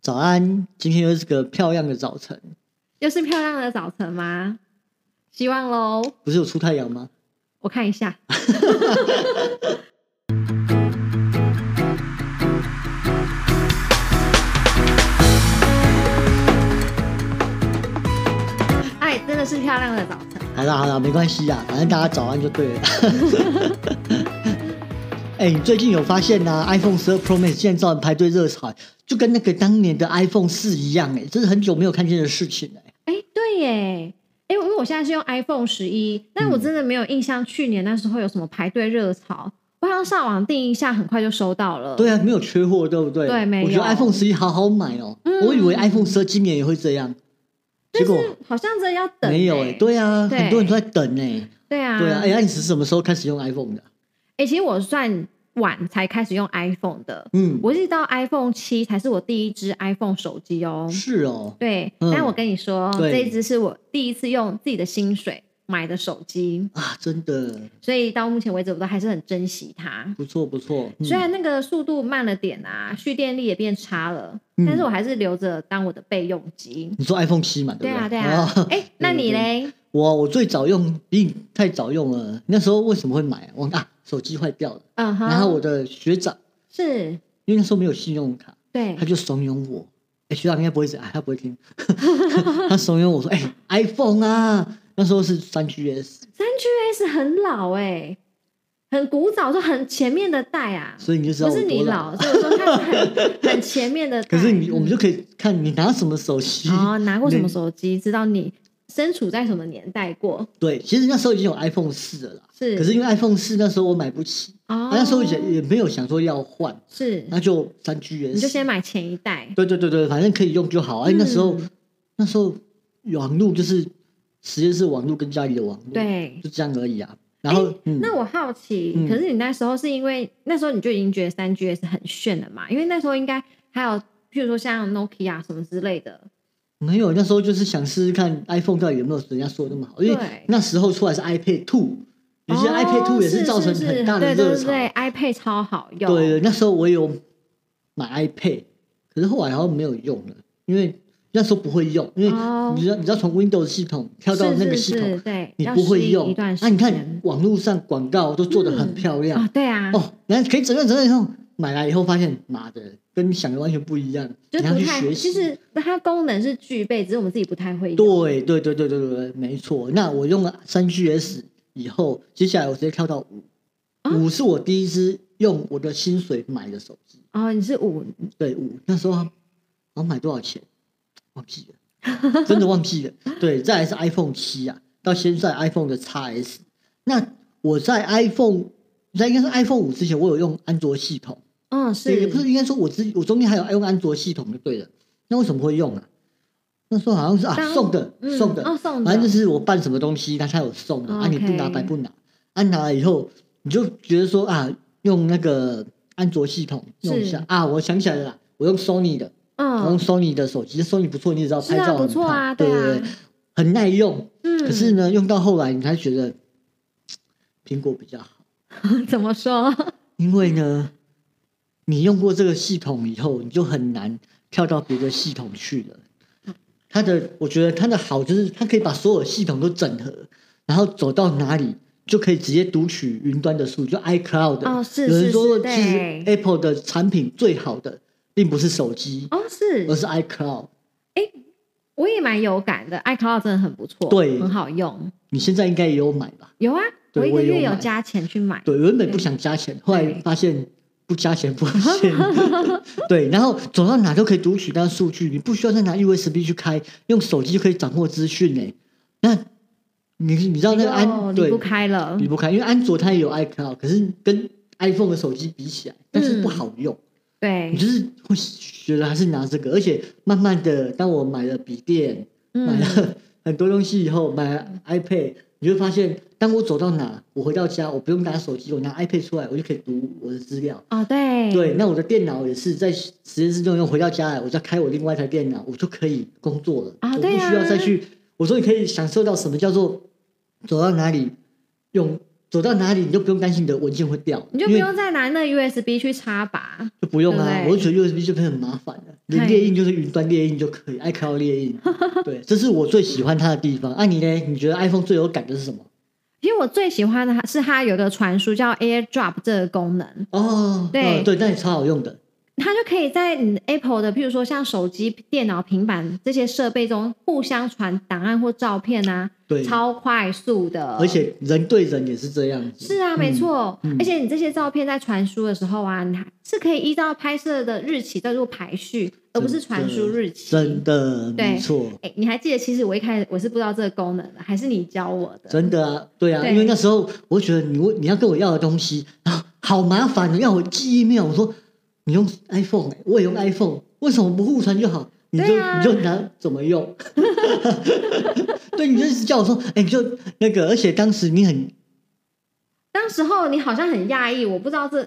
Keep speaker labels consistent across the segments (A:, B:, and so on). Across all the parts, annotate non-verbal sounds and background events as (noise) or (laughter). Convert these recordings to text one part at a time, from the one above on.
A: 早安，今天又是个漂亮的早晨，
B: 又是漂亮的早晨吗？希望喽，
A: 不是有出太阳吗？
B: 我看一下。 (laughs) 哎，真的是漂亮的早晨。
A: 好啦好啦，没关系啦，啊反正大家早安就对了。 (laughs) 哎、你最近有发现呐、i p h o n e 十二 Pro Max 现在造成排队热潮，就跟那个当年的 iPhone 四一样、哎，这是很久没有看见的事情哎、
B: 哎，对耶，哎，因为我现在是用 iPhone 十一，但
A: 嗯
B: 我真的没有印象去年那时候有什么排队热潮。我好像上网订一下，很快就收到了。
A: 对啊，没有缺货，对不对？
B: 哦对没有
A: 我觉得 iPhone 十一好好买哦、
B: 嗯
A: 我以为 iPhone 十二今年也会这样，结果
B: 但是好像真的要等耶。欸
A: 没有哎、对啊，
B: 对
A: 很多人都在等哎、
B: 对啊，
A: 对啊，哎、那你是什么时候开始用 iPhone 的？
B: 哎、其实我算晚才开始用 iPhone 的，
A: 嗯，
B: 我一直到 iPhone 七才是我第一只 iPhone 手机哦。
A: 是哦，
B: 对，
A: 嗯
B: 但我跟你说，
A: 对
B: 这一只是我第一次用自己的薪水买的手机，
A: 啊，真的
B: 所以到目前为止我都还是很珍惜它。
A: 不错不错。嗯
B: 虽然那个速度慢了点啊，蓄电力也变差了，
A: 嗯
B: 但是我还是留着当我的备用机。
A: 你说 iPhone 七嘛，
B: 对
A: 不
B: 啊，
A: 对
B: 对啊
A: 哦。 (laughs)
B: 哎、那
A: 对对
B: 你嘞？
A: 我我最早用比你太早用了，那时候为什么会买啊？我啊手机坏掉了，
B: 嗯哼，
A: 然后我的学长，
B: 是
A: 因为那时候没有信用卡，
B: 对
A: 他，就怂恿我。哎、学长应该不会是，哎，他不会听。 (laughs) 他怂恿我说：“哎、i p h o n e 啊，那时候是三 GS，
B: 三 GS 很老哎、很古早，就很前面的代啊。
A: 所以你就知道
B: 不
A: 我
B: 是你
A: 多
B: 老，所以我说它是
A: (laughs)
B: 很很前面的代。
A: 可是你，我们
B: 就
A: 就可以看你拿什么手机。
B: 哦，拿过什么
A: 你
B: 手机，知道你身处在什么年代过。
A: 对，其实那时候已经有 iPhone 四了啦。
B: 是
A: 可是因为 iPhone 四那时候我买不起，啊
B: 哦，
A: 那时候也也没有想说要换，
B: 是
A: 那就三 GS。
B: 你就先买前一代，
A: 对对对对，反正可以用就好。哎、那时候
B: 嗯
A: 那时候网络就是实验室网络跟家里的网络，，
B: 对。哎
A: 就这样而已啊。然后、嗯，
B: 那我好奇
A: 嗯，
B: 可是你那时候是因为那时候你就已经觉得三 GS 很炫了嘛？因为那时候应该还有，譬如说像 Nokia 什么之类的，
A: 没有，那时候就是想试试看 iPhone 到底有没有人家说的那么好，因为
B: 对
A: 那时候出来是 iPad Two，有些
B: 哦
A: iPad Two 也
B: 是
A: 造成
B: 是
A: 很大的热
B: 对
A: 潮。
B: 对对，iPad 超好用，
A: 对对，那时候我有买 iPad，可是后来好像没有用了，因为那时候不会用，因为
B: 哦
A: 你知道、你知道从 Windows 系统跳到那个系统，
B: 是是是对，
A: 你
B: 要
A: 不会
B: 适应
A: 用
B: 一段，时
A: 那、
B: 间。
A: 你看网络上广告都做的很漂亮、
B: 啊，对啊，
A: 哦，然后可以整个整个以后买来以后发现，妈的，跟你想的完全不一样，
B: 就
A: 你要
B: 不
A: 去
B: 太，
A: 学
B: 其
A: 习。
B: 实它功能是具备，只是我们自己不太会用。
A: 对对对对对对对，没错。那我用了三 GS 以后，接下来我直接跳到五、
B: 啊
A: 五是我第一支用我的薪水买的手机。
B: 哦，你是五，
A: 对，五那时候我买多少钱？忘记了， (laughs) 真的忘记了。对，再来是 iPhone 七啊，到现在 iPhone 的 XS。那我在 iPhone，在应该是 iPhone 五之前，我有用安卓系统。
B: 嗯，
A: 对，也
B: 是
A: 不是应该说我之我中间还有用安卓系统就对了。那为什么会用啊？那时候好像是啊
B: 当
A: 送的
B: 嗯
A: 送的，
B: 哦送的
A: 反正就是我办什么东西，那他有送的啊，你不拿
B: OK
A: 白不拿，啊拿了以后你就觉得说啊，用那个安卓系统用一下
B: 是
A: 啊，我想起来了啦，我用 Sony 的，我用
B: 嗯，
A: Sony 的手机，Sony 不错，你也知道
B: 是
A: 拍
B: 啊，
A: 照
B: 不
A: 很
B: 错啊，
A: 棒对
B: 啊
A: 对，，很耐用。
B: 嗯，
A: 可是呢，用到后来你才觉得苹果比较好。
B: (laughs) 怎么说？
A: 因为呢，你用过这个系统以后，你就很难跳到别的系统去了。它的，我觉得它的好就是它可以把所有系统都整合，然后走到哪里就可以直接读取云端的数据，就 iCloud 的。
B: 哦是
A: 有
B: 是
A: 人说，
B: 是
A: 其实
B: 对
A: Apple 的产品最好的并不是手机，
B: 哦，是
A: 而，是 iCloud。
B: 我也蛮有感的，iCloud 真的很不错，
A: 对
B: 很好用。
A: 你现在应该也有买吧？
B: 有啊，
A: 对
B: 一个
A: 我也有
B: 月有
A: 买
B: 加钱去买，
A: 对，原本不想加钱，后来
B: 对
A: 发现不加钱不
B: (laughs)
A: 行。对，然后走到哪都可以读取那数据，你不需要再拿 USB 去开，用手机就可以掌握资讯嘞。那你你知道那个
B: 哦
A: 安
B: 离
A: 对
B: 不开了
A: 离，不开，因为安卓它也有 iCloud，可是跟 iPhone 的手机比起来，但
B: 嗯
A: 是不好用。你
B: 对，
A: 就是会觉得还是拿这个，而且慢慢的，当我买了笔电，买
B: 嗯，
A: 了 (laughs) 很多东西以后，买了 iPad，你就会发现，当我走到哪，我回到家，我不用拿手机，我拿 iPad 出来，我就可以读我的资料。
B: 哦，对，
A: 对，那我的电脑也是在实验室中用，回到家来，我再开我另外一台电脑，我就可以工作了，
B: 啊
A: 我不
B: 对啊
A: 需要再去。我说你可以享受到什么叫做走到哪里用走到哪里你就不用担心你的文件会掉，
B: 你就
A: 因
B: 不
A: 为
B: 用再拿那 USB 去插拔。
A: 就不用啊
B: 对，不对
A: 我就觉得 USB 就变很麻烦了。你
B: 嗨
A: 列印就是云端列印就可以，iCloud 列
B: (laughs)
A: 印，对，这是我最喜欢它的地方。啊，你呢？你觉得 iPhone 最有感的是什么？
B: 其实我最喜欢的还是它有一个传输叫 AirDrop 这个功能，
A: 哦，
B: 对
A: 嗯对，那也超好用的。
B: 它就可以在你 Apple 的，譬如说像手机、电脑、平板这些设备中互相传档案或照片啊，
A: 对，
B: 超快速的，
A: 而且人对人也是这样子。
B: 是啊，没错。
A: 嗯
B: 而且你这些照片在传输的时候啊，你还是可以依照拍摄的日期叫做排序，而不是传输日期。
A: 真的，
B: 对
A: 没错，
B: 哎、你还记得？其实我一开始我是不知道这个功能的，还是你教我的？
A: 真的啊，对啊，
B: 对
A: 因为那时候我觉得你问你要跟我要的东西啊，好麻烦哦，要我寄 email，我说你用 iPhone，、欸、我也用 iPhone，为什么不互传就好？你就、
B: 嗯对啊
A: 你就拿怎么用？ (laughs) 对，你就一直叫我说，哎、你就那个，而且当时你很
B: 当时候你好像很讶异，我不知道这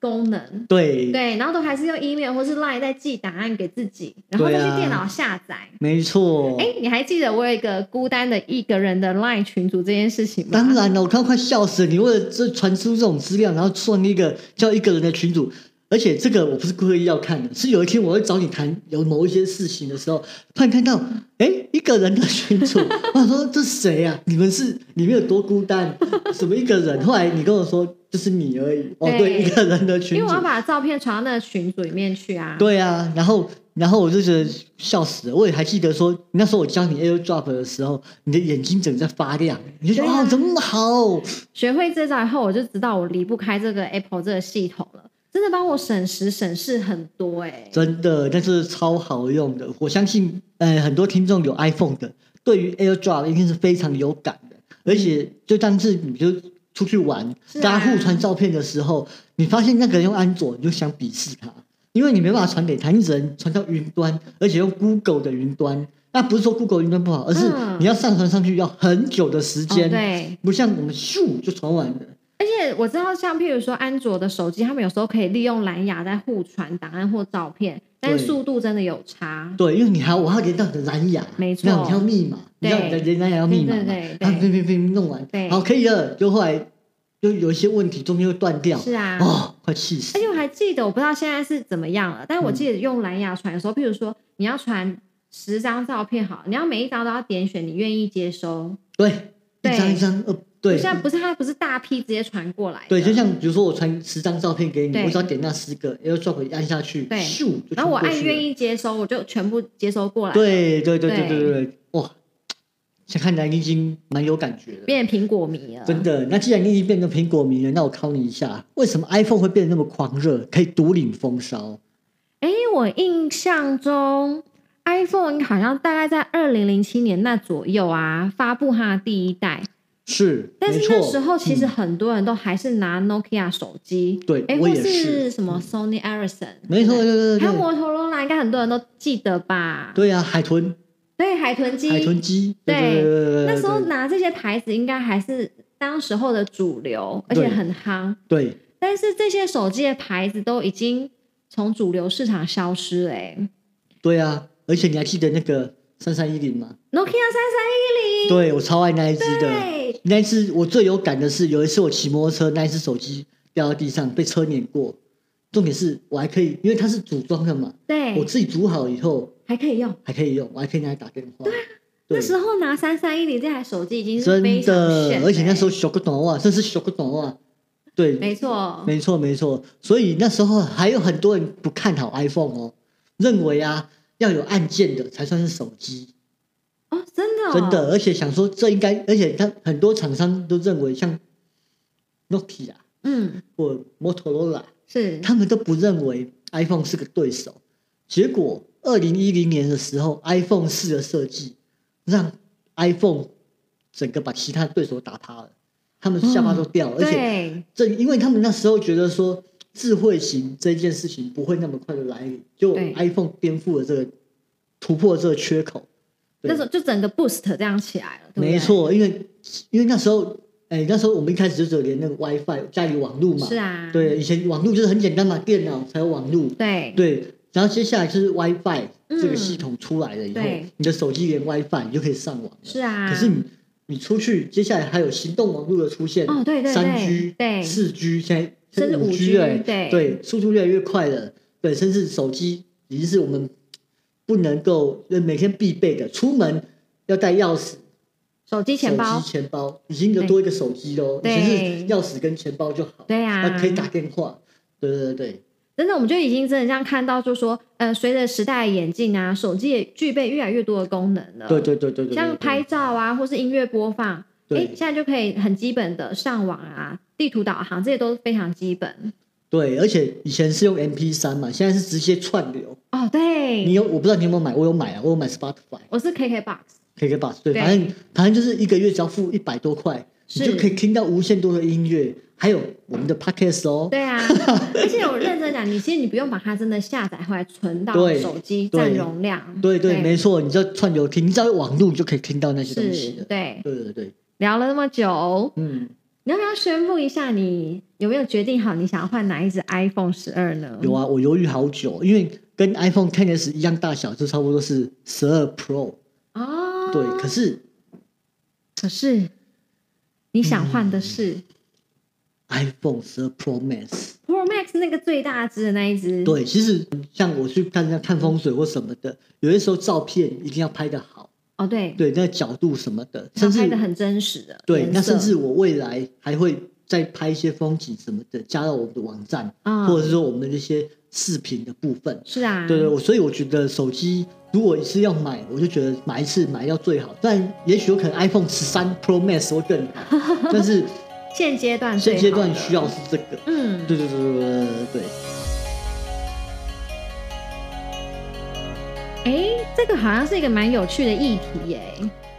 B: 功能。
A: 对，
B: 对，然后都还是用 email 或是 line 在寄档案给自己，然后
A: 对
B: 再
A: 啊
B: 去电脑下载。
A: 没错。
B: 哎、你还记得我有一个孤单的一个人的 line 群组这件事情吗？
A: 当然了，我看到快笑死了！你为了这传输这种资料，然后创一个叫一个人的群组，而且这个我不是故意要看的，是有一天我会找你谈有某一些事情的时候，突然看到，哎，一个人的群组， (laughs) 我想说这是谁呀、你们是你们有多孤单？什么一个人？后来你跟我说就是你而已。哦，
B: 对
A: 对，一个人的
B: 因
A: 群
B: 为我
A: 组
B: 要，把照片传到那个群组里面去啊。
A: 对啊，然后。然后我就觉得笑死了，我也还记得说，那时候我教你 AirDrop 的时候，你的眼睛整个在发亮，你就觉得
B: 对啊
A: 哦，怎么那么好？
B: 学会这招以后，我就知道我离不开这个 Apple 这个系统了，真的帮我省时省事很多哎、
A: 真的，但是超好用的。我相信，呃，很多听众有 iPhone 的，对于 AirDrop 一定是非常有感的。而且，就当是你就出去玩，
B: 是啊
A: 大家互传照片的时候，你发现那个人用安卓，你就想鄙视他，因为你没办法传给他，你只能传到云端，而且用 Google 的云端。那不是说 Google 云端不好，而是
B: 嗯
A: 你要上传上去要很久的时
B: 哦
A: 间，
B: 对，
A: 不像我们咻就传完了。
B: 而且我知道，像譬如说安卓的手机，他们有时候可以利用蓝牙在互传档案或照片，但是
A: 对
B: 速度真的有差。
A: 对，因为你还要我还要连到你的蓝牙，
B: 没错
A: 那你要密码，你
B: 对
A: 知道你的连蓝牙要密码嘛，
B: 对对对
A: 然后拼拼拼弄完
B: 对，
A: 好可以了，就后来就有一些问题，中间又断掉，
B: 是啊，
A: 哦，快气死
B: 而！且我还记得，我不知道现在是怎么样了，但我
A: 嗯
B: 记得用蓝牙传的时候，譬如说你要传十张照片，好，你要每一张都要点选你愿意接收。
A: 对，
B: 对
A: 一张一张，呃，对
B: 现。在不是它不是大批直接传过来的，
A: 对，就像比如说我传十张照片给你，
B: 对
A: 我只要点那十个，AirDrop 按下去，
B: 对
A: 咻，就
B: 然后我
A: 全部过
B: 按
A: 去
B: 愿
A: 了。
B: 意接收，我就全部接收过来。
A: 对对对对
B: 对
A: 对对对，哇！现在看来你已经蛮有感觉了，
B: 变成苹果迷了，
A: 真的。那既然你已经变成苹果迷了，那我考你一下，为什么 iPhone 会变得那么狂热，可以独领风骚？
B: 哎、我印象中 iPhone 好像大概在二零零七年那左右啊发布它的第一代，
A: 是，
B: 但
A: 没
B: 是
A: 错
B: 那时候其实
A: 嗯
B: 很多人都还是拿 Nokia 手机，
A: 对
B: 哎、
A: 我
B: 或
A: 也是
B: 是什么 Sony Ericsson，
A: 没错，对对对
B: 还有
A: 对，
B: 摩托罗拉，应该很多人都记得吧？
A: 对啊，海豚
B: 对，海豚机，
A: 海豚机，对
B: 对
A: 对对对对，
B: 那时候
A: 对
B: 拿这些牌子应该还是当时候的主流，而且
A: 对
B: 很夯。
A: 对
B: 但是这些手机的牌子都已经从主流市场消失了、欸。
A: 对啊，而且你还记得那个三三一零吗？
B: Nokia 三
A: 对我超爱那一只
B: 三一零，
A: 的，
B: 对，
A: 那一次我最有感的是有一次我骑摩托车，那一只手机掉到地上被车碾过，重点是我还可以，因为它是组装的嘛，我
B: 对，
A: 自己组好以后
B: 还可以用。
A: 还可以用，我还可以拿来打电话。对
B: 啊那时候拿三三一零这台手机已经是
A: 真
B: 非常
A: 的，
B: 炫了
A: 而且那时候
B: 欸
A: 小个短袜，这是小个短袜，对，
B: 没错，
A: 没错，没错。所以那时候还有很多人不看好 iPhone 哦，认为啊要有按键的才算是手机，
B: 哦，真的、哦，
A: 真，的。而且想说这应该，而且他很多厂商都认为像 Nokia
B: 嗯，
A: 或 Motorola，
B: 是
A: 他们都不认为 iPhone 是个对手。结果二零一零年的时候，iPhone 四的设计让 iPhone 整个把其他对手打趴了，他们下巴都掉
B: 哦
A: 了，而且
B: 对，
A: 这因为他们那时候觉得说智慧型这件事情不会那么快的来临，就
B: 对
A: iPhone 颠覆了这个突破这个缺口。对
B: 那时候就整个 boost 这样起来了，对不对
A: 没，错，因为因为那时候，哎、那时候我们一开始就只有连那个 WiFi 家里网路嘛，
B: 是啊，
A: 对，以前网路就是很简单嘛，电脑才有网路，
B: 对
A: 对。然后接下来就是 WiFi
B: 嗯
A: 这个系统出来了以后，
B: 对
A: 你的手机连 WiFi 你就可以上网了。
B: 是啊，
A: 可是你你出去，接下来还有行动网络的出现，
B: 哦对对对
A: 三 G、
B: 对
A: 四 G，现在
B: 甚至
A: 五
B: 5G
A: 哎，
B: 对
A: 对，速度越来越快了，对，甚至手机已经是我们不能够呃每天必备的，出门要带钥匙、
B: 手机钱包
A: 手机、，钱包，已经有多一个手机喽，以
B: 对
A: 前是钥匙跟钱包就好，
B: 对啊呀、
A: 那可以打电话，对对对
B: 真的，我们就已经真的这样看到，就是说，呃，随着时代的演进啊，手机也具备越来越多的功能了。
A: 对对对对对对，
B: 像拍照啊，或是音乐播放，哎，
A: 对
B: 现在就可以很基本的上网啊，地图导航这些都是非常基本。
A: 对，而且以前是用 MP 三嘛，现在是直接串流，
B: 哦，对，
A: 你有我不知道你有没有买，我有买啊，我有买 Spotify。
B: 我
A: (laughs)
B: 是 KKBOX，
A: KK Bus，对，
B: 对
A: 反正反正就是一个月只要付一百多块，你
B: 是嗯
A: 就可以听到无限多的音乐，还有我们的 Podcast 哦。
B: 对啊，而且我认真讲，你其实你不用把它真的下载回来存到
A: 对
B: 手机
A: 对
B: 占容量，
A: 对对，没错，你就串流听，你只要有网络你就可以听到那些东西
B: 是，
A: 了。
B: 对，
A: 对对对，
B: 聊了那么久，
A: 嗯，
B: 你要不要宣布一下你有没有决定好你想要换哪一只 iPhone 十二呢？
A: 有啊，我犹豫好久，因为跟 iPhone XS 一样大小，就差不多是十二 Pro。
B: 哦，
A: 啊对，可是
B: 可是你想换的
A: 嗯
B: 是
A: iPhone 十二 Pro Max，
B: Pro Max 那个最大只的那一只，，
A: 对，其实像我去看人家看风水或什么的，有些时候照片一定要拍的好，
B: 哦对，
A: 对，那个角度什么的，
B: 它
A: 甚至
B: 拍的很真实的颜色，
A: 对，那甚至我未来还会再拍一些风景什么的，加到我们的网站，
B: 啊，
A: 或者是说我们的一些视频的部分。
B: 是啊，
A: 对对，我所以我觉得手机如果是要买，我就觉得买一次买要最好，但也许有可能 iPhone 十三 Pro Max 会更好，
B: (laughs)
A: 但是
B: 现阶段
A: 现
B: 最好
A: 阶段
B: 的
A: 需要是这个。
B: 嗯，
A: 对对对对对对对对，
B: 哎，这个好像是一个蛮有趣的议题耶，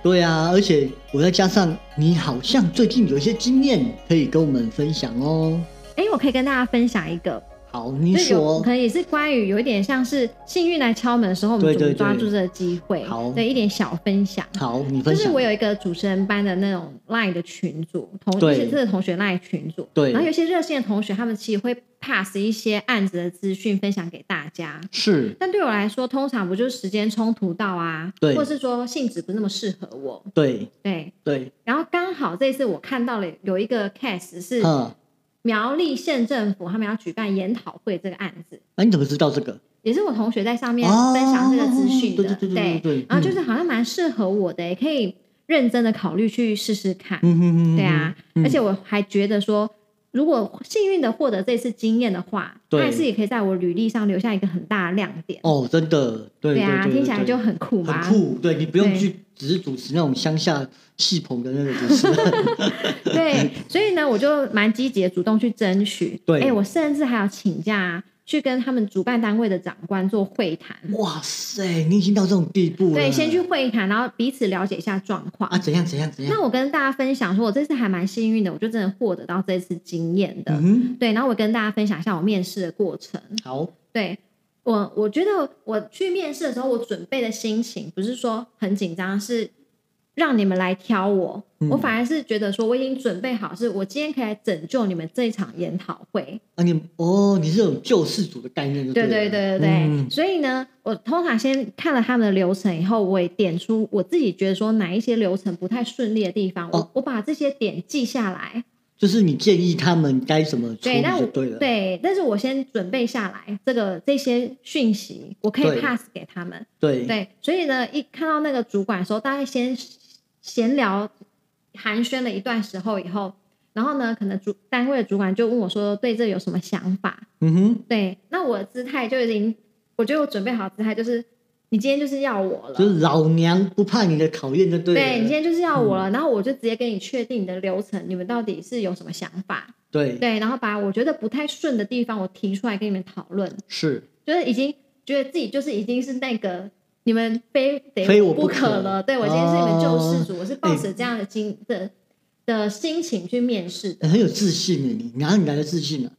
A: 对啊！而且我再加上你好像最近有一些经验可以跟我们分享哦。
B: 哎，我可以跟大家分享一个，
A: 好，你
B: 就有
A: 说
B: 可。能也是关于有一点像是幸运来敲门的时候，我们
A: 对
B: 怎么
A: 对
B: 抓
A: 对
B: 住这个机会，
A: 好
B: 对一点小分享。
A: 好，你
B: 就
A: 分
B: 是
A: 享
B: 我。有一个主持人班的那种 line 的群组，同
A: 对
B: 就是这个同学 line 群组，
A: 对
B: 然后有些热线的同学，他们其实会 pass 一些案子的资讯分享给大家。
A: 是，
B: 但对我来说，通常不就是时间冲突到啊，
A: 对
B: 或者是说性质不那么适合我，
A: 对
B: 对。
A: 对，
B: 然后刚好这一次我看到了有一个 case 是
A: 嗯。
B: 苗栗县政府他们要举办研讨会这个案子，
A: 啊，你怎么知道这个？
B: 也是我同学在上面分享这个资讯的，
A: 哦对对对对对对
B: 然后就是好像蛮适合我的，也可以认真的考虑去试试看。
A: 嗯哼哼
B: 对啊，
A: 嗯
B: 而且我还觉得说，如果幸运的获得这次经验的话，它
A: 对
B: 还是也可以在我履历上留下一个很大的亮点。
A: 哦，真的，对
B: 对啊，
A: 对
B: 听起来
A: 对
B: 就很酷
A: 很
B: 嘛。
A: 酷。对你不用
B: 对
A: 去只是主持那种乡下戏棚的那个主持
B: (laughs)
A: 人，
B: 对，所以呢，我就蛮积极的主动去争取。
A: 对
B: 哎，我甚至还有请假去跟他们主办单位的长官做会谈。
A: 哇塞，你已经到这种地步了。
B: 对，先去会谈，然后彼此了解一下状况。
A: 啊，怎样怎样怎样？
B: 那我跟大家分享说，我这次还蛮幸运的，我就真的获得到这次经验的。
A: 嗯哼，
B: 对，然后我跟大家分享一下我面试的过程。
A: 好，
B: 对我，我觉得我去面试的时候，我准备的心情不是说很紧张，是让你们来挑我。
A: 嗯
B: 我反而是觉得说，我已经准备好，是我今天可以来拯救你们这一场研讨会。
A: 啊你哦，你是有救世主的概念就
B: 对
A: 对
B: 对
A: 了
B: 对对对。
A: 嗯
B: 所以呢，我通常先看了他们的流程以后，我也点出我自己觉得说哪一些流程不太顺利的地方，我、
A: 哦
B: 我把这些点记下来。
A: 就是你建议他们该怎么处
B: 对，
A: 理
B: 但
A: 就
B: 我
A: 对了。
B: 对，但是我先准备下来这个这些讯息，我可以
A: 对
B: pass 给他们。
A: 对
B: 对，所以呢，一看到那个主管的时候，大概先闲聊寒暄了一段时候以后，然后呢，可能主单位的主管就问我说对这有什么想法？
A: 嗯哼，
B: 对，那我的姿态就已经，我觉得我准备好姿态就是，你今天就是要我了，
A: 就是老娘不怕你的考验就对了。
B: 对你今天就是要我
A: 嗯
B: 了，然后我就直接跟你确定你的流程，你们到底是有什么想法？
A: 对
B: 对，然后把我觉得不太顺的地方我提出来跟你们讨论，
A: 是，
B: 就是已经觉得自己就是已经是那个你们非得
A: 非我
B: 不
A: 不可
B: 了。对我今天是你们救世主，我是抱
A: 哎
B: 着这样的心的的心情去面试的。
A: 哎很有自信的你，哪里来的自信啊？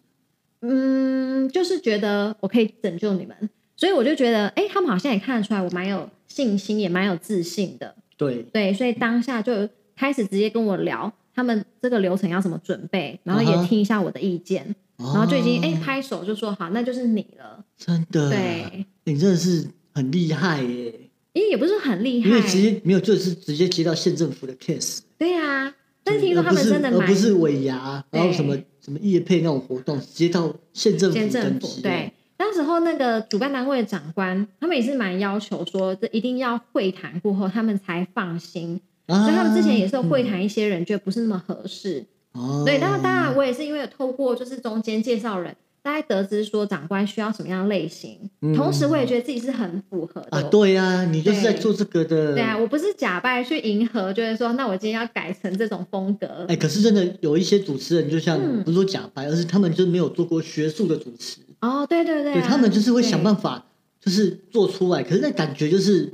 B: 嗯，就是觉得我可以拯救你们，所以我就觉得，哎，他们好像也看得出来我蛮有信心，也蛮有自信的。
A: 对，
B: 对，所以当下就开始直接跟我聊他们这个流程要怎么准备，然后
A: 啊
B: 也
A: 哈哦
B: 听一下我的意见，
A: 然
B: 然后就已经哎、拍手就说好，那就是你了。
A: 真的，
B: 对，
A: 你真的是很厉害耶！
B: 因为也不是很厉害，
A: 因为直接没有，就是直接接到县政府的 case，
B: 对啊，但是听说他们真的
A: 而
B: 蛮
A: 不是尾牙，然后
B: 对
A: 什么什么业配那种活动，直接到县政府
B: 县政
A: 登
B: 府
A: 记。
B: 对。当时候那个主办单位的长官，他们也是蛮要求说，这一定要会谈过后，他们才放心。
A: 啊，
B: 所以他们之前也是有会
A: 嗯，
B: 谈一些人，觉得不是那么合适。
A: 哦
B: 对，但是当然我也是因为有透过就是中间介绍人，大概得知说长官需要什么样的类型，
A: 嗯
B: 同时我也觉得自己是很符合的。
A: 啊，对呀，你就是在
B: 对
A: 做这个的。
B: 对啊，我不是假扮去迎合，就是说，那我今天要改成这种风格。
A: 哎，可是真的有一些主持人，就像
B: 嗯
A: 不是说假白，而是他们就没有做过学术的主持，
B: 哦，对对对、啊，
A: 对他们就是会想办
B: 法
A: 法，就是做出来，可是那感觉就是，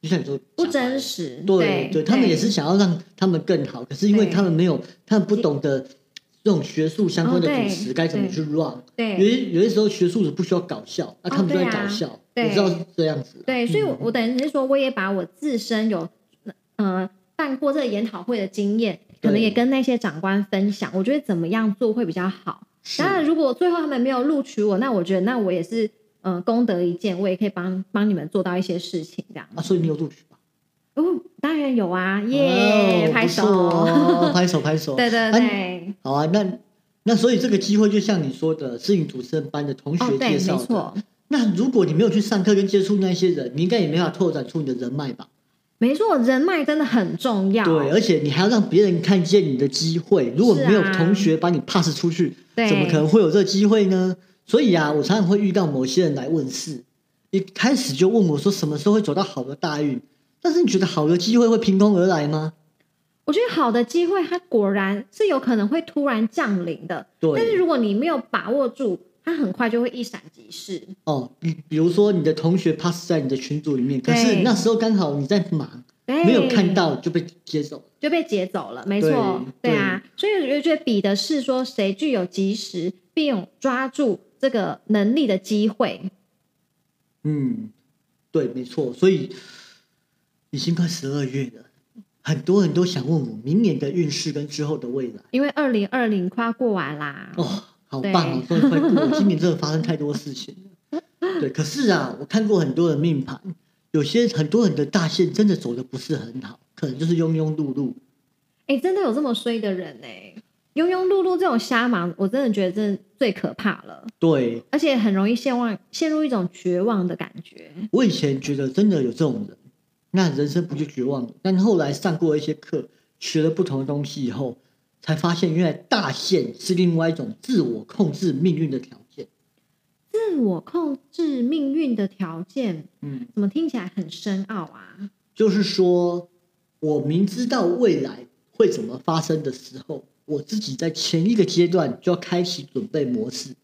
A: 就像你说
B: 不
A: 假白
B: 真实。
A: 对
B: 对，
A: 他们也是想要让他们更好，可是因为
B: 对
A: 他们没有，他们不懂得这种学术相关的
B: 哦对
A: 主持该怎么去 run。
B: 对
A: 有些有些时候学术是不需要搞笑，那、
B: 哦
A: 他们就在
B: 对啊
A: 搞笑，
B: 对
A: 我知道是这样子啊。
B: 对，所以我
A: 嗯
B: 我等于是说，我也把我自身有呃办过这个研讨会的经验，可能
A: 对
B: 也跟那些长官分享，我觉得怎么样做会比较好。
A: 是啊
B: 当然，如果最后他们没有录取我，那我觉得那我也是呃功德一件，我也可以帮帮你们做到一些事情这样。
A: 啊，所以你有录取吧？
B: 哦，当然有啊，耶，
A: 哦
B: 拍
A: 不错
B: 手。
A: 哦，
B: (laughs)
A: 拍手拍手。
B: 对对
A: 啊
B: 对，
A: 好啊，那那所以这个机会就像你说的，是你主持人班的同
B: 哦
A: 学介
B: 对，没
A: 绍的。
B: 错，
A: 那如果你没有去上课跟接触那些人，你应该也没法拓展出你的人脉吧？
B: 没错，人脉真的很重要。
A: 对，而且你还要让别人看见你的机会。如果
B: 是啊
A: 没有同学把你 pass 出去，
B: 对
A: 怎么可能会有这个机会呢？所以啊，我常常会遇到某些人来问事，一开始就问我说什么时候会走到好的大运。但是你觉得好的机会会凭空而来吗？
B: 我觉得好的机会，它果然是有可能会突然降临的。
A: 对
B: 但是如果你没有把握住，它很快就会一闪即逝。
A: 哦，比比如说你的同学 pass 在你的群组里面，可
B: 对
A: 是那时候刚好你在忙，
B: 对
A: 没有看到就被接走了。
B: 哎就被劫走了，没错，
A: 对
B: 对啊。所以我就觉得比的是说谁具有及时并有抓住这个能力的机会。
A: 嗯，对，没错，所以已经快十二月了，很多人都想问我明年的运势跟之后的未来。
B: 因为二零二零快要过完啦，
A: 哦，好
B: 对
A: 棒哦，终于快过了，今年真的发生太多事情了。对，可是啊，我看过很多人命盘，有些很多人的大限真的走的不是很好，可能就是庸庸碌碌。
B: 哎、真的有这么衰的人哎、庸庸碌碌这种瞎忙，我真的觉得真的最可怕了，
A: 对
B: 而且很容易陷望陷入一种绝望的感觉。
A: 我以前觉得真的有这种人，那人生不就绝望了？但后来上过一些课，学了不同的东西以后，才发现原来大限是另外一种自我控制命运的条件。
B: 自我控制命运的条件，
A: 嗯，
B: 怎么听起来很深奥啊？
A: 就是说，我明知道未来会怎么发生的时候，我自己在前一个阶段就要开启准备模式，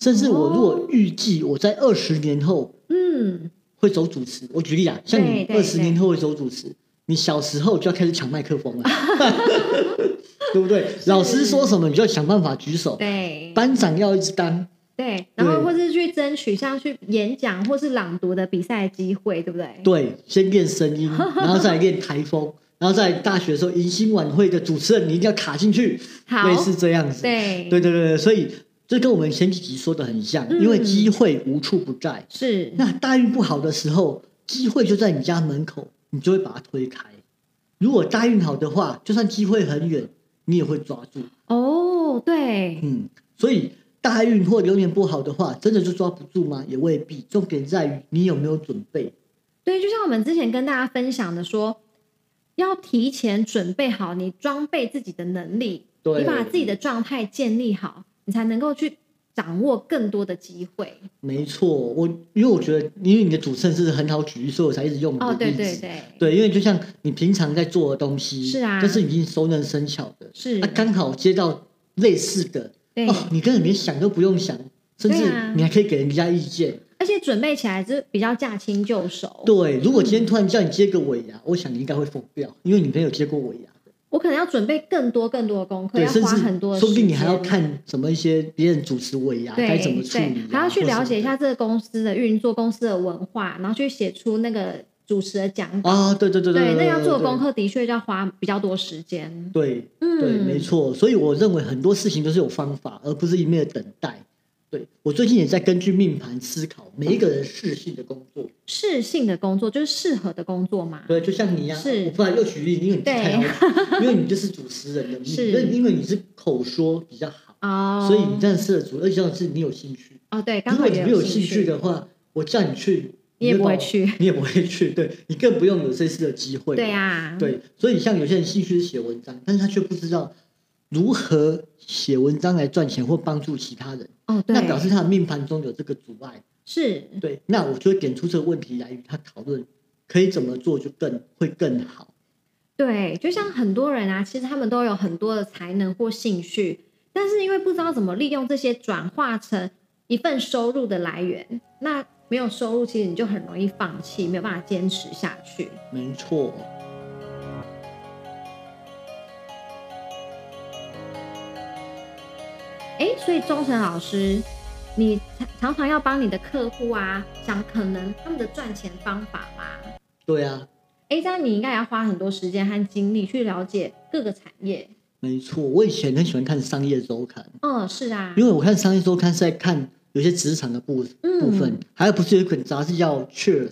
A: 甚至我如果预计我在二十年后
B: 嗯，
A: 会走主持，我举例啊，像你
B: 对对
A: 二十年后会走主持，你小时候就要开始抢麦克风了， (laughs) 对不对？老师说什么你就要想办法举手，
B: 对
A: 班长要一直当，
B: 对，然后
A: 对
B: 或是去争取像去演讲或是朗读的比赛机会，对不对？
A: 对，先练声
B: (laughs)
A: 音，然后再练台风，然后在大学的时候迎新晚会的主持人你一定要卡进去。
B: 好，
A: 类似这样子。
B: 对
A: 对对对对所以这跟我们前几集说的很像，
B: 嗯
A: 因为机会无处不在。
B: 是，
A: 那大运不好的时候，机会就在你家门口，你就会把它推开。如果大运好的话，就算机会很远，你也会抓住。
B: 哦，对，
A: 嗯，所以大运或流年不好的话，真的就抓不住吗？也未必。重点在于你有没有准备。
B: 对，就像我们之前跟大家分享的说，要提前准备好你装备自己的能力，
A: 对
B: 你把自己的状态建立好，你才能够去掌握更多的机会。
A: 没错，我因为我觉得，因为你的主持人是很好举例，所以我才一直用你的
B: 哦，对
A: 例子
B: 对对，
A: 对，因为就像你平常在做的东西，
B: 是啊
A: 这是已经熟能生巧的，
B: 是
A: 啊，刚好接到类似的，
B: 对
A: 哦，你根本连想都不用想，甚
B: 对
A: 至
B: 啊
A: 你还可以给人家意见。
B: 而且准备起来就是比较驾轻就熟。
A: 对，如果今天突然叫你接个尾牙，我想你应该会疯掉，因为你没有接过尾牙的，
B: 我可能要准备更多更多的功课，
A: 对，
B: 要
A: 甚
B: 花
A: 至
B: 很多的时
A: 说
B: 间，
A: 不定你还要看什么一些别人主持尾牙
B: 对
A: 该怎么处理
B: 对
A: 啊、，
B: 还要去了解一
A: 或
B: 下这个公司的运作、公司的文化，然后去写出那个主持的讲
A: 什么的。啊、对对对对，
B: 那要做
A: 对
B: 功。课的确要花比较多时间。
A: 对
B: 嗯，
A: 对，没错。所以我认为很多事情都是有方法，而不是一昧的等待。对我最近也在根据命盘思考每一个人适性的工作。
B: 适性的工作就是适合的工作嘛。
A: 对，就像你一样，
B: 是
A: 我突然又举例，因为你
B: 对
A: 太好，因为你就是主持
B: (laughs)
A: 人的，你
B: 是
A: 因为因为你是口说比较好，
B: 哦，
A: 所以你这样适合主，而且像是你有兴趣。
B: 哦，对，刚
A: 如
B: 好
A: 果你
B: 也
A: 没有
B: 兴
A: 兴趣的话，我叫你去，
B: 你也不会
A: 就把我，
B: 去。
A: (laughs) 你也不会去，对你更不用有这次的机会。
B: 对呀、啊，
A: 对，所以像有些人兴趣是写文章，但是他却不知道如何写文章来赚钱或帮助其他人，
B: 哦，对
A: 那，表示他的命盘中有这个阻碍。
B: 是
A: 对，那我就会点出这个问题来与他讨论，可以怎么做就更会更好。
B: 对，就像很多人啊，其实他们都有很多的才能或兴趣，但是因为不知道怎么利用这些转化成一份收入的来源，那没有收入，其实你就很容易放弃，没有办法坚持下去。
A: 没错。
B: 哎，所以忠诚老师，你常常常要帮你的客户啊，想可能他们的赚钱方法嘛？
A: 对啊，
B: 哎，这样你应该也要花很多时间和精力去了解各个产业。
A: 没错。我以前很喜欢看商业周刊，
B: 嗯，是啊，
A: 因为我看商业周刊是在看有些职场的部部分，
B: 嗯
A: 还有不是有一本杂志叫《Cheers》，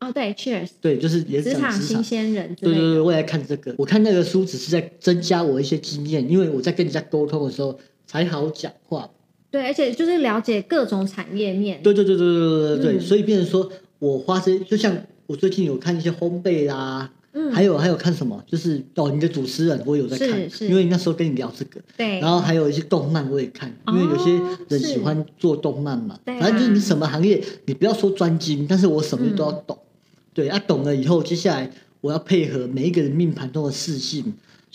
B: 哦，对，Cheers，
A: 对，就是也是
B: 职
A: 讲
B: 场
A: 职
B: 新
A: 场。
B: 鲜人之
A: 对
B: 类
A: 对
B: 的。
A: 对，我也在看这个。我看那个书只是在增加我一些经验，因为我在跟人家沟通的时候才好讲话。
B: 对，而且就是了解各种产业面。
A: 对对对对对对对对，
B: 嗯
A: 所以变成说我花这，就像我最近有看一些烘焙啦，
B: 嗯，
A: 还有还有看什么，就是哦，你的主持人我有在看
B: 是，是
A: 因为那时候跟你聊这个，
B: 对，
A: 然后还有一些动漫我也看，因为有些人喜欢做动漫嘛，
B: 哦对啊
A: 反正就是你什么行业，你不要说专精，但是我什么都要懂，
B: 嗯
A: 对啊，懂了以后，接下来我要配合每一个人命盘中的事性，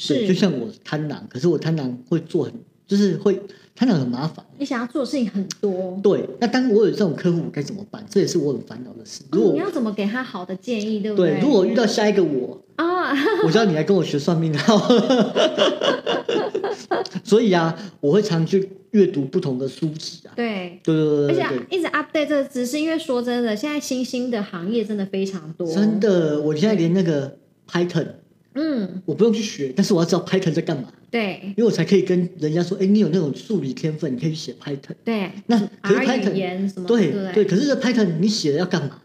A: 对，
B: 是，
A: 就像我贪婪，可是我贪婪会做很，就是会贪婪很麻烦。
B: 你想要做的事情很多，嗯
A: 对，那当我有这种客户，我该怎么办？这也是我很烦恼的事。如
B: 嗯
A: 果
B: 你要怎么给他好的建议，对不
A: 对，如果遇到下一个
B: (laughs)
A: 我，
B: 啊，
A: 我叫你来跟我学算命
B: (laughs)
A: 了。 (laughs) 所以啊，我会常去阅读不同的书籍啊。
B: 对，
A: 对对
B: 而
A: 对
B: 且啊
A: 对对
B: 一直 update 这个知识，因为说真的，现在新兴的行业真的非常多，
A: 对，真，的，我现在连那个 Python
B: 嗯，
A: 我不用去学，但是我要知道 Python 在干嘛，
B: 对
A: 因为我才可以跟人家说，哎，你有那种数理天分，你可以去写 Python。
B: 对
A: 那可是
B: ，R 语
A: Python
B: 言什么，
A: 对
B: 对
A: 对，可是这 Python 你写了要干嘛？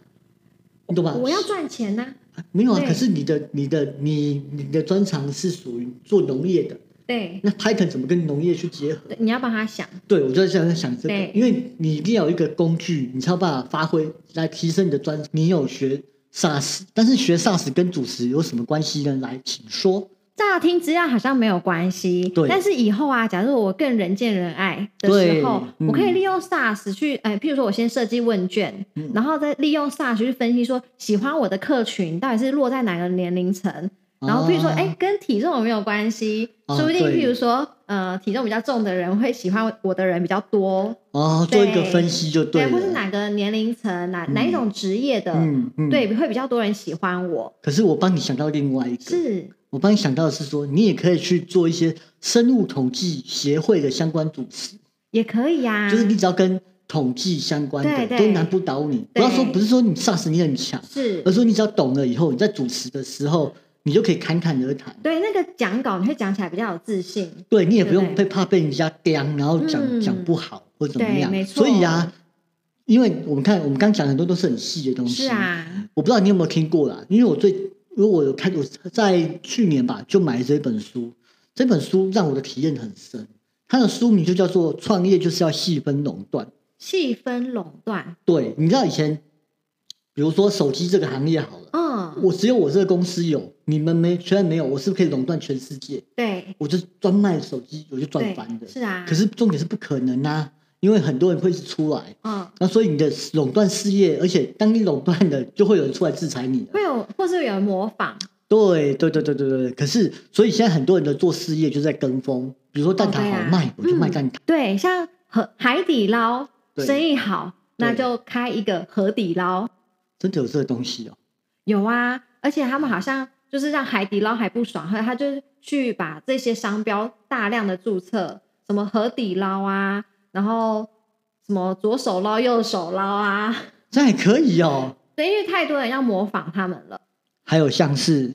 A: 你懂吧？
B: 我要赚钱呐，
A: 没有啊，
B: 对
A: 可是你的、你的、你、你的专长是属于做农业的，
B: 对，
A: 那 Python 怎么跟农业去结合？
B: 对你要帮他想，
A: 对，我就在想想这个
B: 对，
A: 因为你一定要有一个工具，你才有办法发挥来提升你的专。你有学 SaaS，但是学 SaaS 跟主持有什么关系呢？来，请说。
B: 乍听之下好像没有关系，
A: 对
B: 但是以后啊，假如我更人见人爱的时候
A: 对，嗯
B: 我可以利用 SaaS 去，哎、譬如说我先设计问卷，
A: 嗯
B: 然后再利用 SaaS 去分析说喜欢我的客群到底是落在哪个年龄层，然后譬如说，
A: 啊
B: 哎、跟体重有没有关系？
A: 啊
B: 说不定
A: 对
B: 譬如说，呃，体重比较重的人会喜欢我的人比较多，
A: 哦，做一个分析就
B: 对，
A: 了。
B: 或是哪个年龄层哪、
A: 嗯
B: 哪一种职业的，
A: 嗯嗯，。
B: 对，会比较多人喜欢我，
A: 可是我帮你想到另外一个，
B: 是
A: 我帮你想到的是说，你也可以去做一些生物统计协会的相关主持。
B: 也可以呀、
A: 就是你只要跟统计相关
B: 啊对
A: 的
B: 对
A: 都难不倒你。不要说
B: 对
A: 不是说你 SARS 你很强，
B: 是
A: 而。是说你只要懂了以后，你在主持的时候，你就可以侃侃而谈。
B: 对，那个讲稿你会讲起来比较有自信。
A: 对你也不用被
B: 对
A: 怕被人家刁，然后讲、
B: 嗯
A: 讲不好或怎么样。
B: 对没错
A: 所以啊，因为我们看我们刚讲很多都是很细的东西。
B: 是。啊，
A: 我不知道你有没有听过啦，因为我最因为我有看我在去年吧就买了这本书，这本书让我的体验很深。它的书名就叫做《创业就是要细分垄断》。
B: 细分垄断。
A: 对，你知道以前，比如说手机这个行业好了，
B: 嗯，
A: 我只有我这个公司有，你们没，虽然没有，我是不是可以垄断全世界？
B: 对，
A: 我就专卖手机，我就赚
B: 对，
A: 翻的。
B: 是啊。
A: 可，是重点是不可能啊，因为很多人会一直出来，
B: 嗯，
A: 那所以你的垄断事业，而且当你垄断了，就会有人出来制裁你了。
B: 会有，或是有人模仿。
A: 对对对对对对对。可是，所以现在很多人的做事业就在跟风，比如说蛋挞
B: 哦对
A: 好
B: 啊
A: 卖，我就卖
B: 嗯
A: 蛋挞。
B: 对，像和海底捞
A: 对
B: 生意好，那
A: 对
B: 就开一个河底捞。
A: 真的有这个东西哦。
B: 有啊，而且他们好像就是让海底捞还不爽，后来他就去把这些商标大量的注册，什么河底捞啊，然后什么左手捞右手捞啊，
A: 这还可以哦。
B: 对，因为太多人要模仿他们了。
A: 还有像是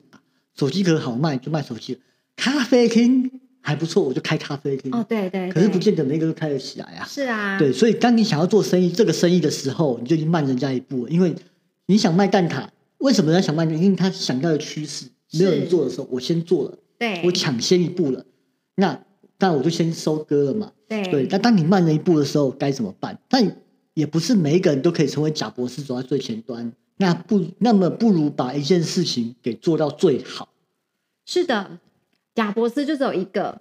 A: 手机壳好卖就卖手机，咖啡厅还不错，我就开咖啡厅。啊
B: 哦，对对对，
A: 可是不见得每个都开得起来啊。
B: 是啊，
A: 对，所以当你想要做生意这个生意的时候，你就已经慢人家一步了，因为你想卖蛋挞，为什么人家想卖？因为他想要的趋势没有人
B: 是
A: 做的时候，我先做了，
B: 对，
A: 我抢先一步了，那那我就先收割了嘛。
B: 对
A: 对，那当你慢了一步的时候，该怎么办？但也不是每一个人都可以成为贾博士走在最前端，那不那么不如把一件事情给做到最好。
B: 是的，贾伯斯就只有一个，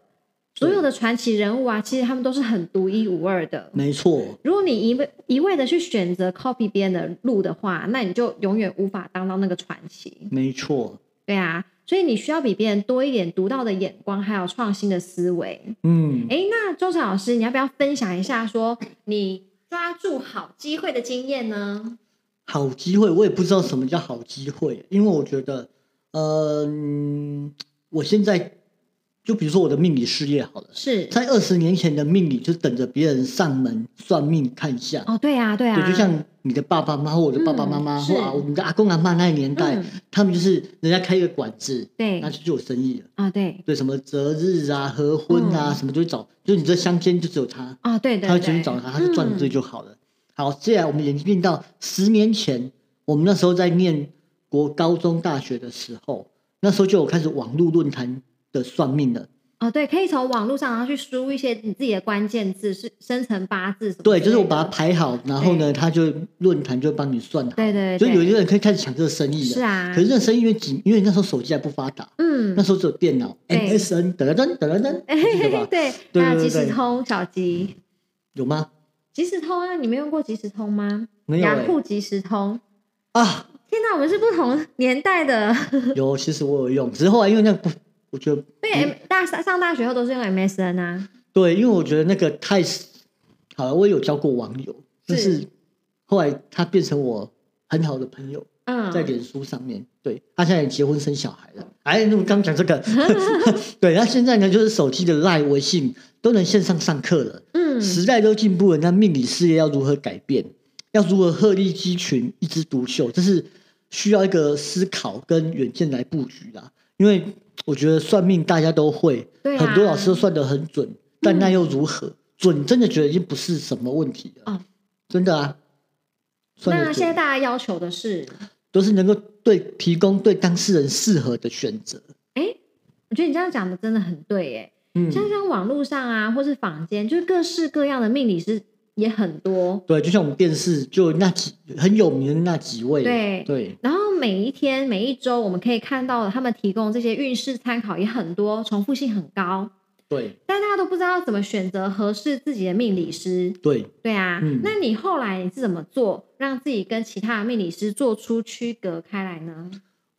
B: 所有的传奇人物啊，其实他们都是很独一无二的。
A: 没错，
B: 如果你一味一味的去选择 copy 别人的路的话，那你就永远无法当到那个传奇。
A: 没错，
B: 对啊，所以你需要比别人多一点独到的眼光，还有创新的思维。
A: 嗯，
B: 哎，那周晨老师，你要不要分享一下说你抓住好机会的经验呢？
A: 好机会，我也不知道什么叫好机会，因为我觉得，嗯、我现在就比如说我的命理事业好了，
B: 是
A: 在二十年前的命理就等着别人上门算命看相，
B: 哦，对啊，对啊，
A: 对，就像你的爸爸妈妈或我的爸爸妈妈、
B: 嗯
A: 或啊
B: 是
A: 我们的阿公阿妈那个年代，
B: 嗯
A: 他们就是人家开一个馆子，
B: 对
A: 那就就有生意了。
B: 啊，对
A: 对，什么择日啊、合婚啊，
B: 嗯
A: 什么就会找，就是你这乡间就只有他，
B: 啊，对对，
A: 他会直
B: 对
A: 接找他，他就赚这
B: 嗯
A: 就好了。好，接下来我们演变到十年前，我们那时候在念国高中、大学的时候，那时候就有开始网络论坛的算命了。
B: 哦，对，可以从网络上然后去输入一些你自己的关键字，是生成八字什么之类
A: 对，
B: 的？
A: 就是我把它排好，然后呢，他就论坛就会帮你算好。
B: 对对对，
A: 所以有些人可以开始抢这个生意了。
B: 是啊，
A: 可是这个生意因为仅因为那时候手机还不发达，
B: 嗯
A: 那，时候只有电脑
B: 对？
A: MSN 等等等等等，你记得吧
B: (laughs) 对，
A: 对
B: 那
A: 对
B: 即
A: 对
B: 时通小吉，
A: 有吗？
B: 即时通啊，你没用过即时通吗？
A: 没有
B: 雅
A: 欸
B: 虎即时通，
A: 啊，
B: 天哪，我们是不同年代的，
A: 有，其实我有用，只是后来因为那个不，我觉得
B: 被 M 大上上大学后都是用 MSN 啊，
A: 对，因为我觉得那个太好了，我也有交过网友，但
B: 是
A: 是后来他变成我很好的朋友，
B: 嗯，
A: 在脸书上面，对他现在也结婚生小孩了。哎，那我刚讲这个， (laughs) 对，他现在呢就是手机的赖微信都能线上上课了，
B: 嗯，
A: 时代都进步了，那命理事业要如何改变？要如何鹤立鸡群、一枝独秀？这是需要一个思考跟远见来布局啦。因为我觉得算命大家都会，
B: 对啊嗯
A: 很多老师都算得很准，但那又如何？准真的觉得已经不是什么问题了，
B: 哦
A: 真的啊。算
B: 那
A: 得
B: 现在
A: 准
B: 大家要求的是，
A: 都是能够对提供对当事人适合的选择。
B: 哎，我觉得你这样讲的真的很对，哎，
A: 嗯，
B: 像像网络上啊，或是坊间，就是各式各样的命理师也很多。
A: 对，就像我们电视就那几很有名的那几位，
B: 对
A: 对，
B: 然后每一天、每一周，我们可以看到他们提供这些运势参考也很多，重复性很高，
A: 对，
B: 但大家都不知道怎么选择合适自己的命理师。
A: 对。
B: 对啊，
A: 嗯
B: 那你后来你是怎么做，让自己跟其他的命理师做出区隔开来呢？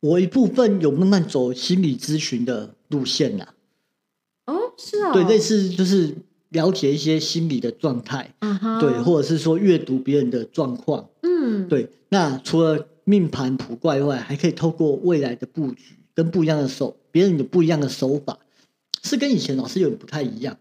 A: 我一部分有慢慢走心理咨询的路线啦，
B: 哦，是哦，
A: 对，类似就是了解一些心理的状态，
B: 啊哈，
A: 对，或者是说阅读别人的状况，
B: 嗯，
A: 对。那除了命盘卜卦以外，还可以透过未来的布局跟不一样的手，别人有不一样的手法，是跟以前老师有点不太一样。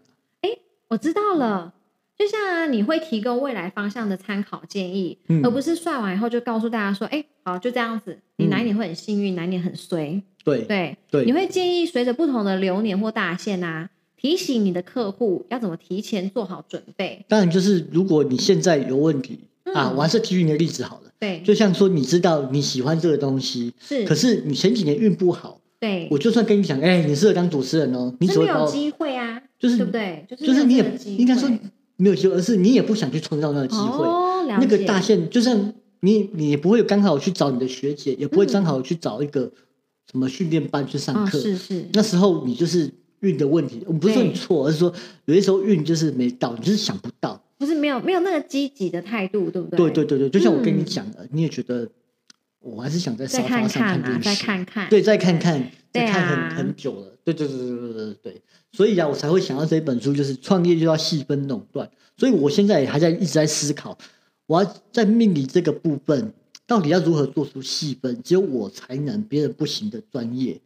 B: 我知道了。就像啊，你会提供未来方向的参考建议，
A: 嗯
B: 而不是算完以后就告诉大家说，哎、好，就这样子，你哪一年会很幸运，哪一年很衰。
A: 对
B: 对，
A: 嗯对
B: 你会建议随着不同的流年或大限啊，提醒你的客户要怎么提前做好准备。
A: 当然就是如果你现在有问题、啊，
B: 嗯
A: 我还是举你的例子好了，
B: 对，
A: 就像说你知道你喜欢这个东西，
B: 是，
A: 可是你前几年运不好。
B: 对，
A: 我就算跟你讲，哎、你适合当主持人哦，你只
B: 是
A: 会
B: 没
A: 把
B: 有
A: 我，
B: 机会啊，
A: 就是
B: 对不对？就是
A: 就是
B: 没
A: 你也
B: 有这个机会
A: 应该说没有机会，而是你也不想去创造那个机会。
B: 哦，了
A: 那
B: 解
A: 个大限，就像你，你也不会刚好去找你的学姐，也不会刚好去找一个什么训练班去上
B: 嗯哦，
A: 课。
B: 是是，
A: 那时候你就是运的问题，我们不是说你
B: 对
A: 错，而是说有些时候运就是没到，你就是想不到。
B: 不是没有没有那个积极的态度，对不对？
A: 对对对对，就像我跟你
B: 嗯
A: 讲的，你也觉得我还是想在沙
B: 再
A: 发
B: 看
A: 上
B: 看啊
A: 电，视，
B: 再看看，
A: 对，再看看，
B: 对
A: 再看
B: 啊
A: 很很久了，对对对对对对对对，所以啊，我才会想到这本书，就是创业就要细分垄断，所以我现在也还在一直在思考，我要在命理这个部分到底要如何做出细分，只有我才能，别人不行的专业，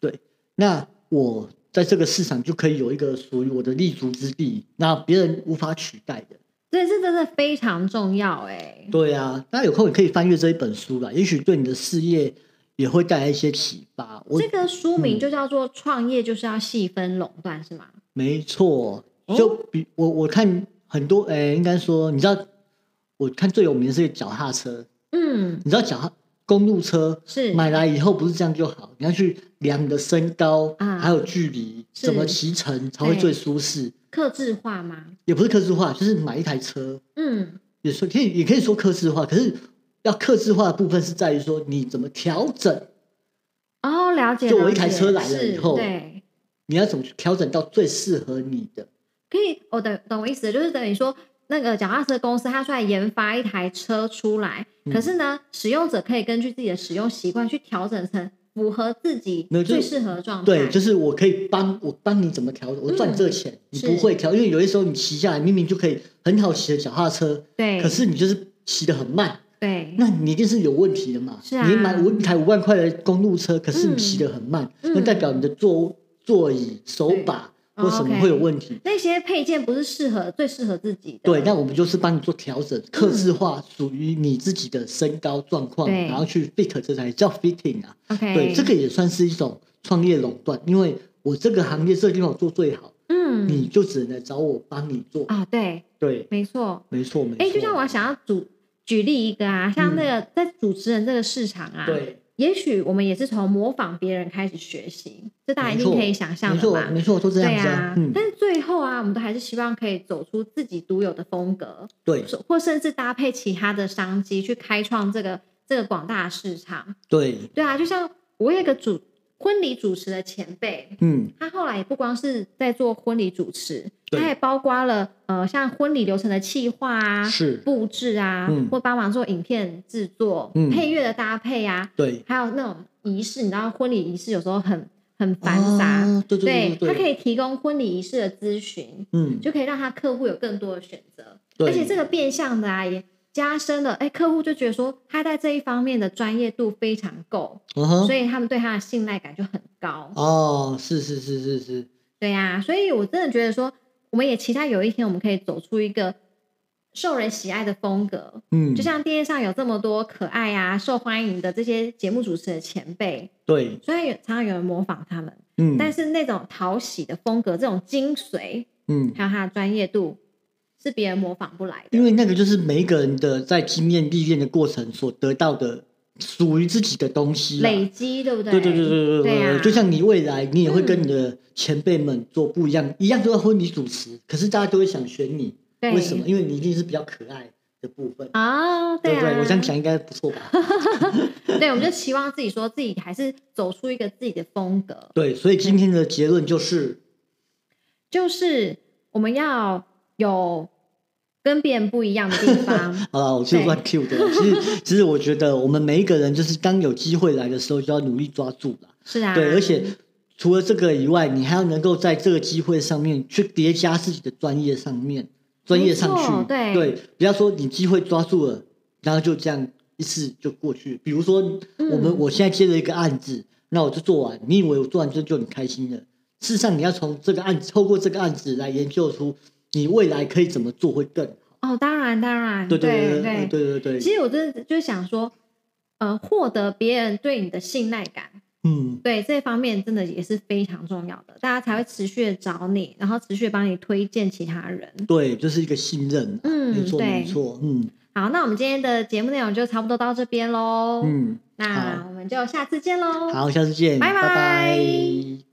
A: 对，那我在这个市场就可以有一个属于我的立足之地，那别人无法取代的。
B: 对，这真的非常重要哎、
A: 对啊，大家有空也可以翻阅这一本书啦，也许对你的事业也会带来一些启发。我嗯
B: 这个书名就叫做《创业就是要细分垄断》，是吗？
A: 没错，
B: 哦
A: 就比我我看很多，哎、应该说，你知道，我看最有名的是脚踏车，
B: 嗯，
A: 你知道脚踏公路车
B: 是
A: 买来以后不是这样就好，你要去量你的身高，
B: 啊
A: 还有距离，
B: 是
A: 怎么骑乘才会
B: 对
A: 最舒适，
B: 克制化吗？
A: 也不是客制化，就是买一台车，
B: 嗯，
A: 也说可以也可以说客制化，可是要客制化的部分是在于说你怎么调整，
B: 哦，了解。
A: 就我一
B: 了
A: 台
B: 解
A: 车来了
B: 是
A: 以后
B: 对，
A: 你要怎么去调整到最适合你的。
B: 可以，我懂懂我意思了，就是等于说，那个脚踏车公司它出来研发一台车出来，可
A: 嗯
B: 是呢，使用者可以根据自己的使用习惯去调整成符合自己
A: 没有就
B: 最适合的状态。
A: 对，就是我可以帮我帮你怎么调整，我赚这个钱，你
B: 嗯是
A: 不会调，因为有些时候你骑下来明明就可以很好骑的脚踏车，
B: 对，
A: 可是你就是骑得很慢，
B: 对，
A: 那你一定是有问题的嘛。
B: 是啊
A: 你买五一台五万块的公路车，可是你
B: 嗯
A: 骑得很慢，
B: 嗯
A: 那代表你的座座椅、手把
B: 对哦
A: 或什么
B: OK
A: 会有问题。
B: 那些配件不是适合最适合自己的。
A: 对，那我们就是帮你做调
B: 嗯
A: 整，克制化属于你自己的身高状况，
B: 对
A: 然后去 fit 这才叫 fitting 啊。
B: ，OK，
A: 对，这个也算是一种创业垄断，因为我这个行业这个地方我做最好。
B: 嗯，
A: 你就只能来找我帮你做。
B: 啊，对，
A: 对，
B: 没错。
A: 没错，没错。嗯
B: 哎、就像我想要主举例一个啊，像那个、在主持人这个市场啊，，
A: 对，
B: 也许我们也是从模仿别人开始学习，这大家一
A: 没
B: 定
A: 错
B: 可以想象
A: 没
B: 的
A: 错，
B: 嘛。
A: 没错，都这
B: 对
A: 样子
B: 啊
A: 啊。，嗯，
B: 但是最后啊，我们都还是希望可以走出自己独有的风格，
A: 对，
B: 或甚至搭配其他的商机去开创这个这个广大的市场。
A: 对，
B: 对啊，就像我有一个主婚礼主持的前辈，
A: 嗯，
B: 他后来也不光是在做婚礼主持，他
A: 对
B: 也包括了呃像婚礼流程的企划啊、
A: 是，
B: 布置啊，
A: 嗯
B: 或帮忙做影片制作、
A: 嗯
B: 配乐的搭配啊，
A: 对，
B: 还有那种仪式，你知道婚礼仪式有时候很很繁杂，
A: 啊对对
B: 他
A: 对
B: 可
A: 对，
B: 以提供婚礼仪式的咨询，
A: 嗯，
B: 就可以让他客户有更多的选择，
A: 对
B: 而且这个变相的啊也。加深了，哎、客户就觉得说他在这一方面的专业度非常够，
A: 嗯哼
B: 所以他们对他的信赖感就很高。
A: 哦，是是是是是，
B: 对呀、所以我真的觉得说，我们也期待有一天我们可以走出一个受人喜爱的风格，
A: 嗯，
B: 就像电视上有这么多可爱啊、受欢迎的这些节目主持的前辈，
A: 对，
B: 虽然有常常有人模仿他们，
A: 嗯，
B: 但是那种讨喜的风格、这种精髓，
A: 嗯。
B: 还有他的专业度，是别人模仿不来的。
A: 因为那个就是每一个人的在经验历练的过程所得到的属于自己的东西啦，啊
B: 累积，对不对？
A: 对对对对对
B: 对嗯啊
A: 就像你未来你也会跟你的前辈们做不一样，一样都要婚礼主持，可是大家都会想选你，
B: 对
A: 为什么？因为你一定是比较可爱的部分，
B: 啊、
A: 对不
B: 啊，
A: 对？我这样讲应该不错吧？
B: 对，我们就期望自己说自己还是走出一个自己的风格。
A: 对，所以今天的结论就是，
B: 就是我们要有跟别人不一样的地
A: (laughs)。
B: 方
A: 好啊了，我是乱 Q 的。其实，其实我觉得我们每一个人就是当有机会来的时候，就要努力抓住了。
B: 是啊，
A: 对，而且除了这个以外，你还要能够在这个机会上面去叠加自己的专业上面，专业上
B: 没错
A: 去，
B: 对
A: 不要说你机会抓住了，然后就这样一次就过去。比如说，我们、
B: 嗯
A: 我现在接了一个案子，那我就做完，你以为我做完就就很开心了？事实上，你要从这个案子，透过这个案子来研究出你未来可以怎么做会更好。
B: 哦，当然当然，
A: 对
B: 对
A: 对对对对对，
B: 其实我真的就想说，呃，获得别人对你的信赖感，
A: 嗯，
B: 对这方面真的也是非常重要的，大家才会持续的找你，然后持续地帮你推荐其他人。
A: 对，就是一个信任啊，
B: 嗯
A: 没错
B: 对
A: 没错，嗯
B: 好，那我们今天的节目内容就差不多到这边喽。
A: 嗯，
B: 那
A: 好
B: 我们就下次见喽。
A: 好，下次见，
B: 拜拜
A: 拜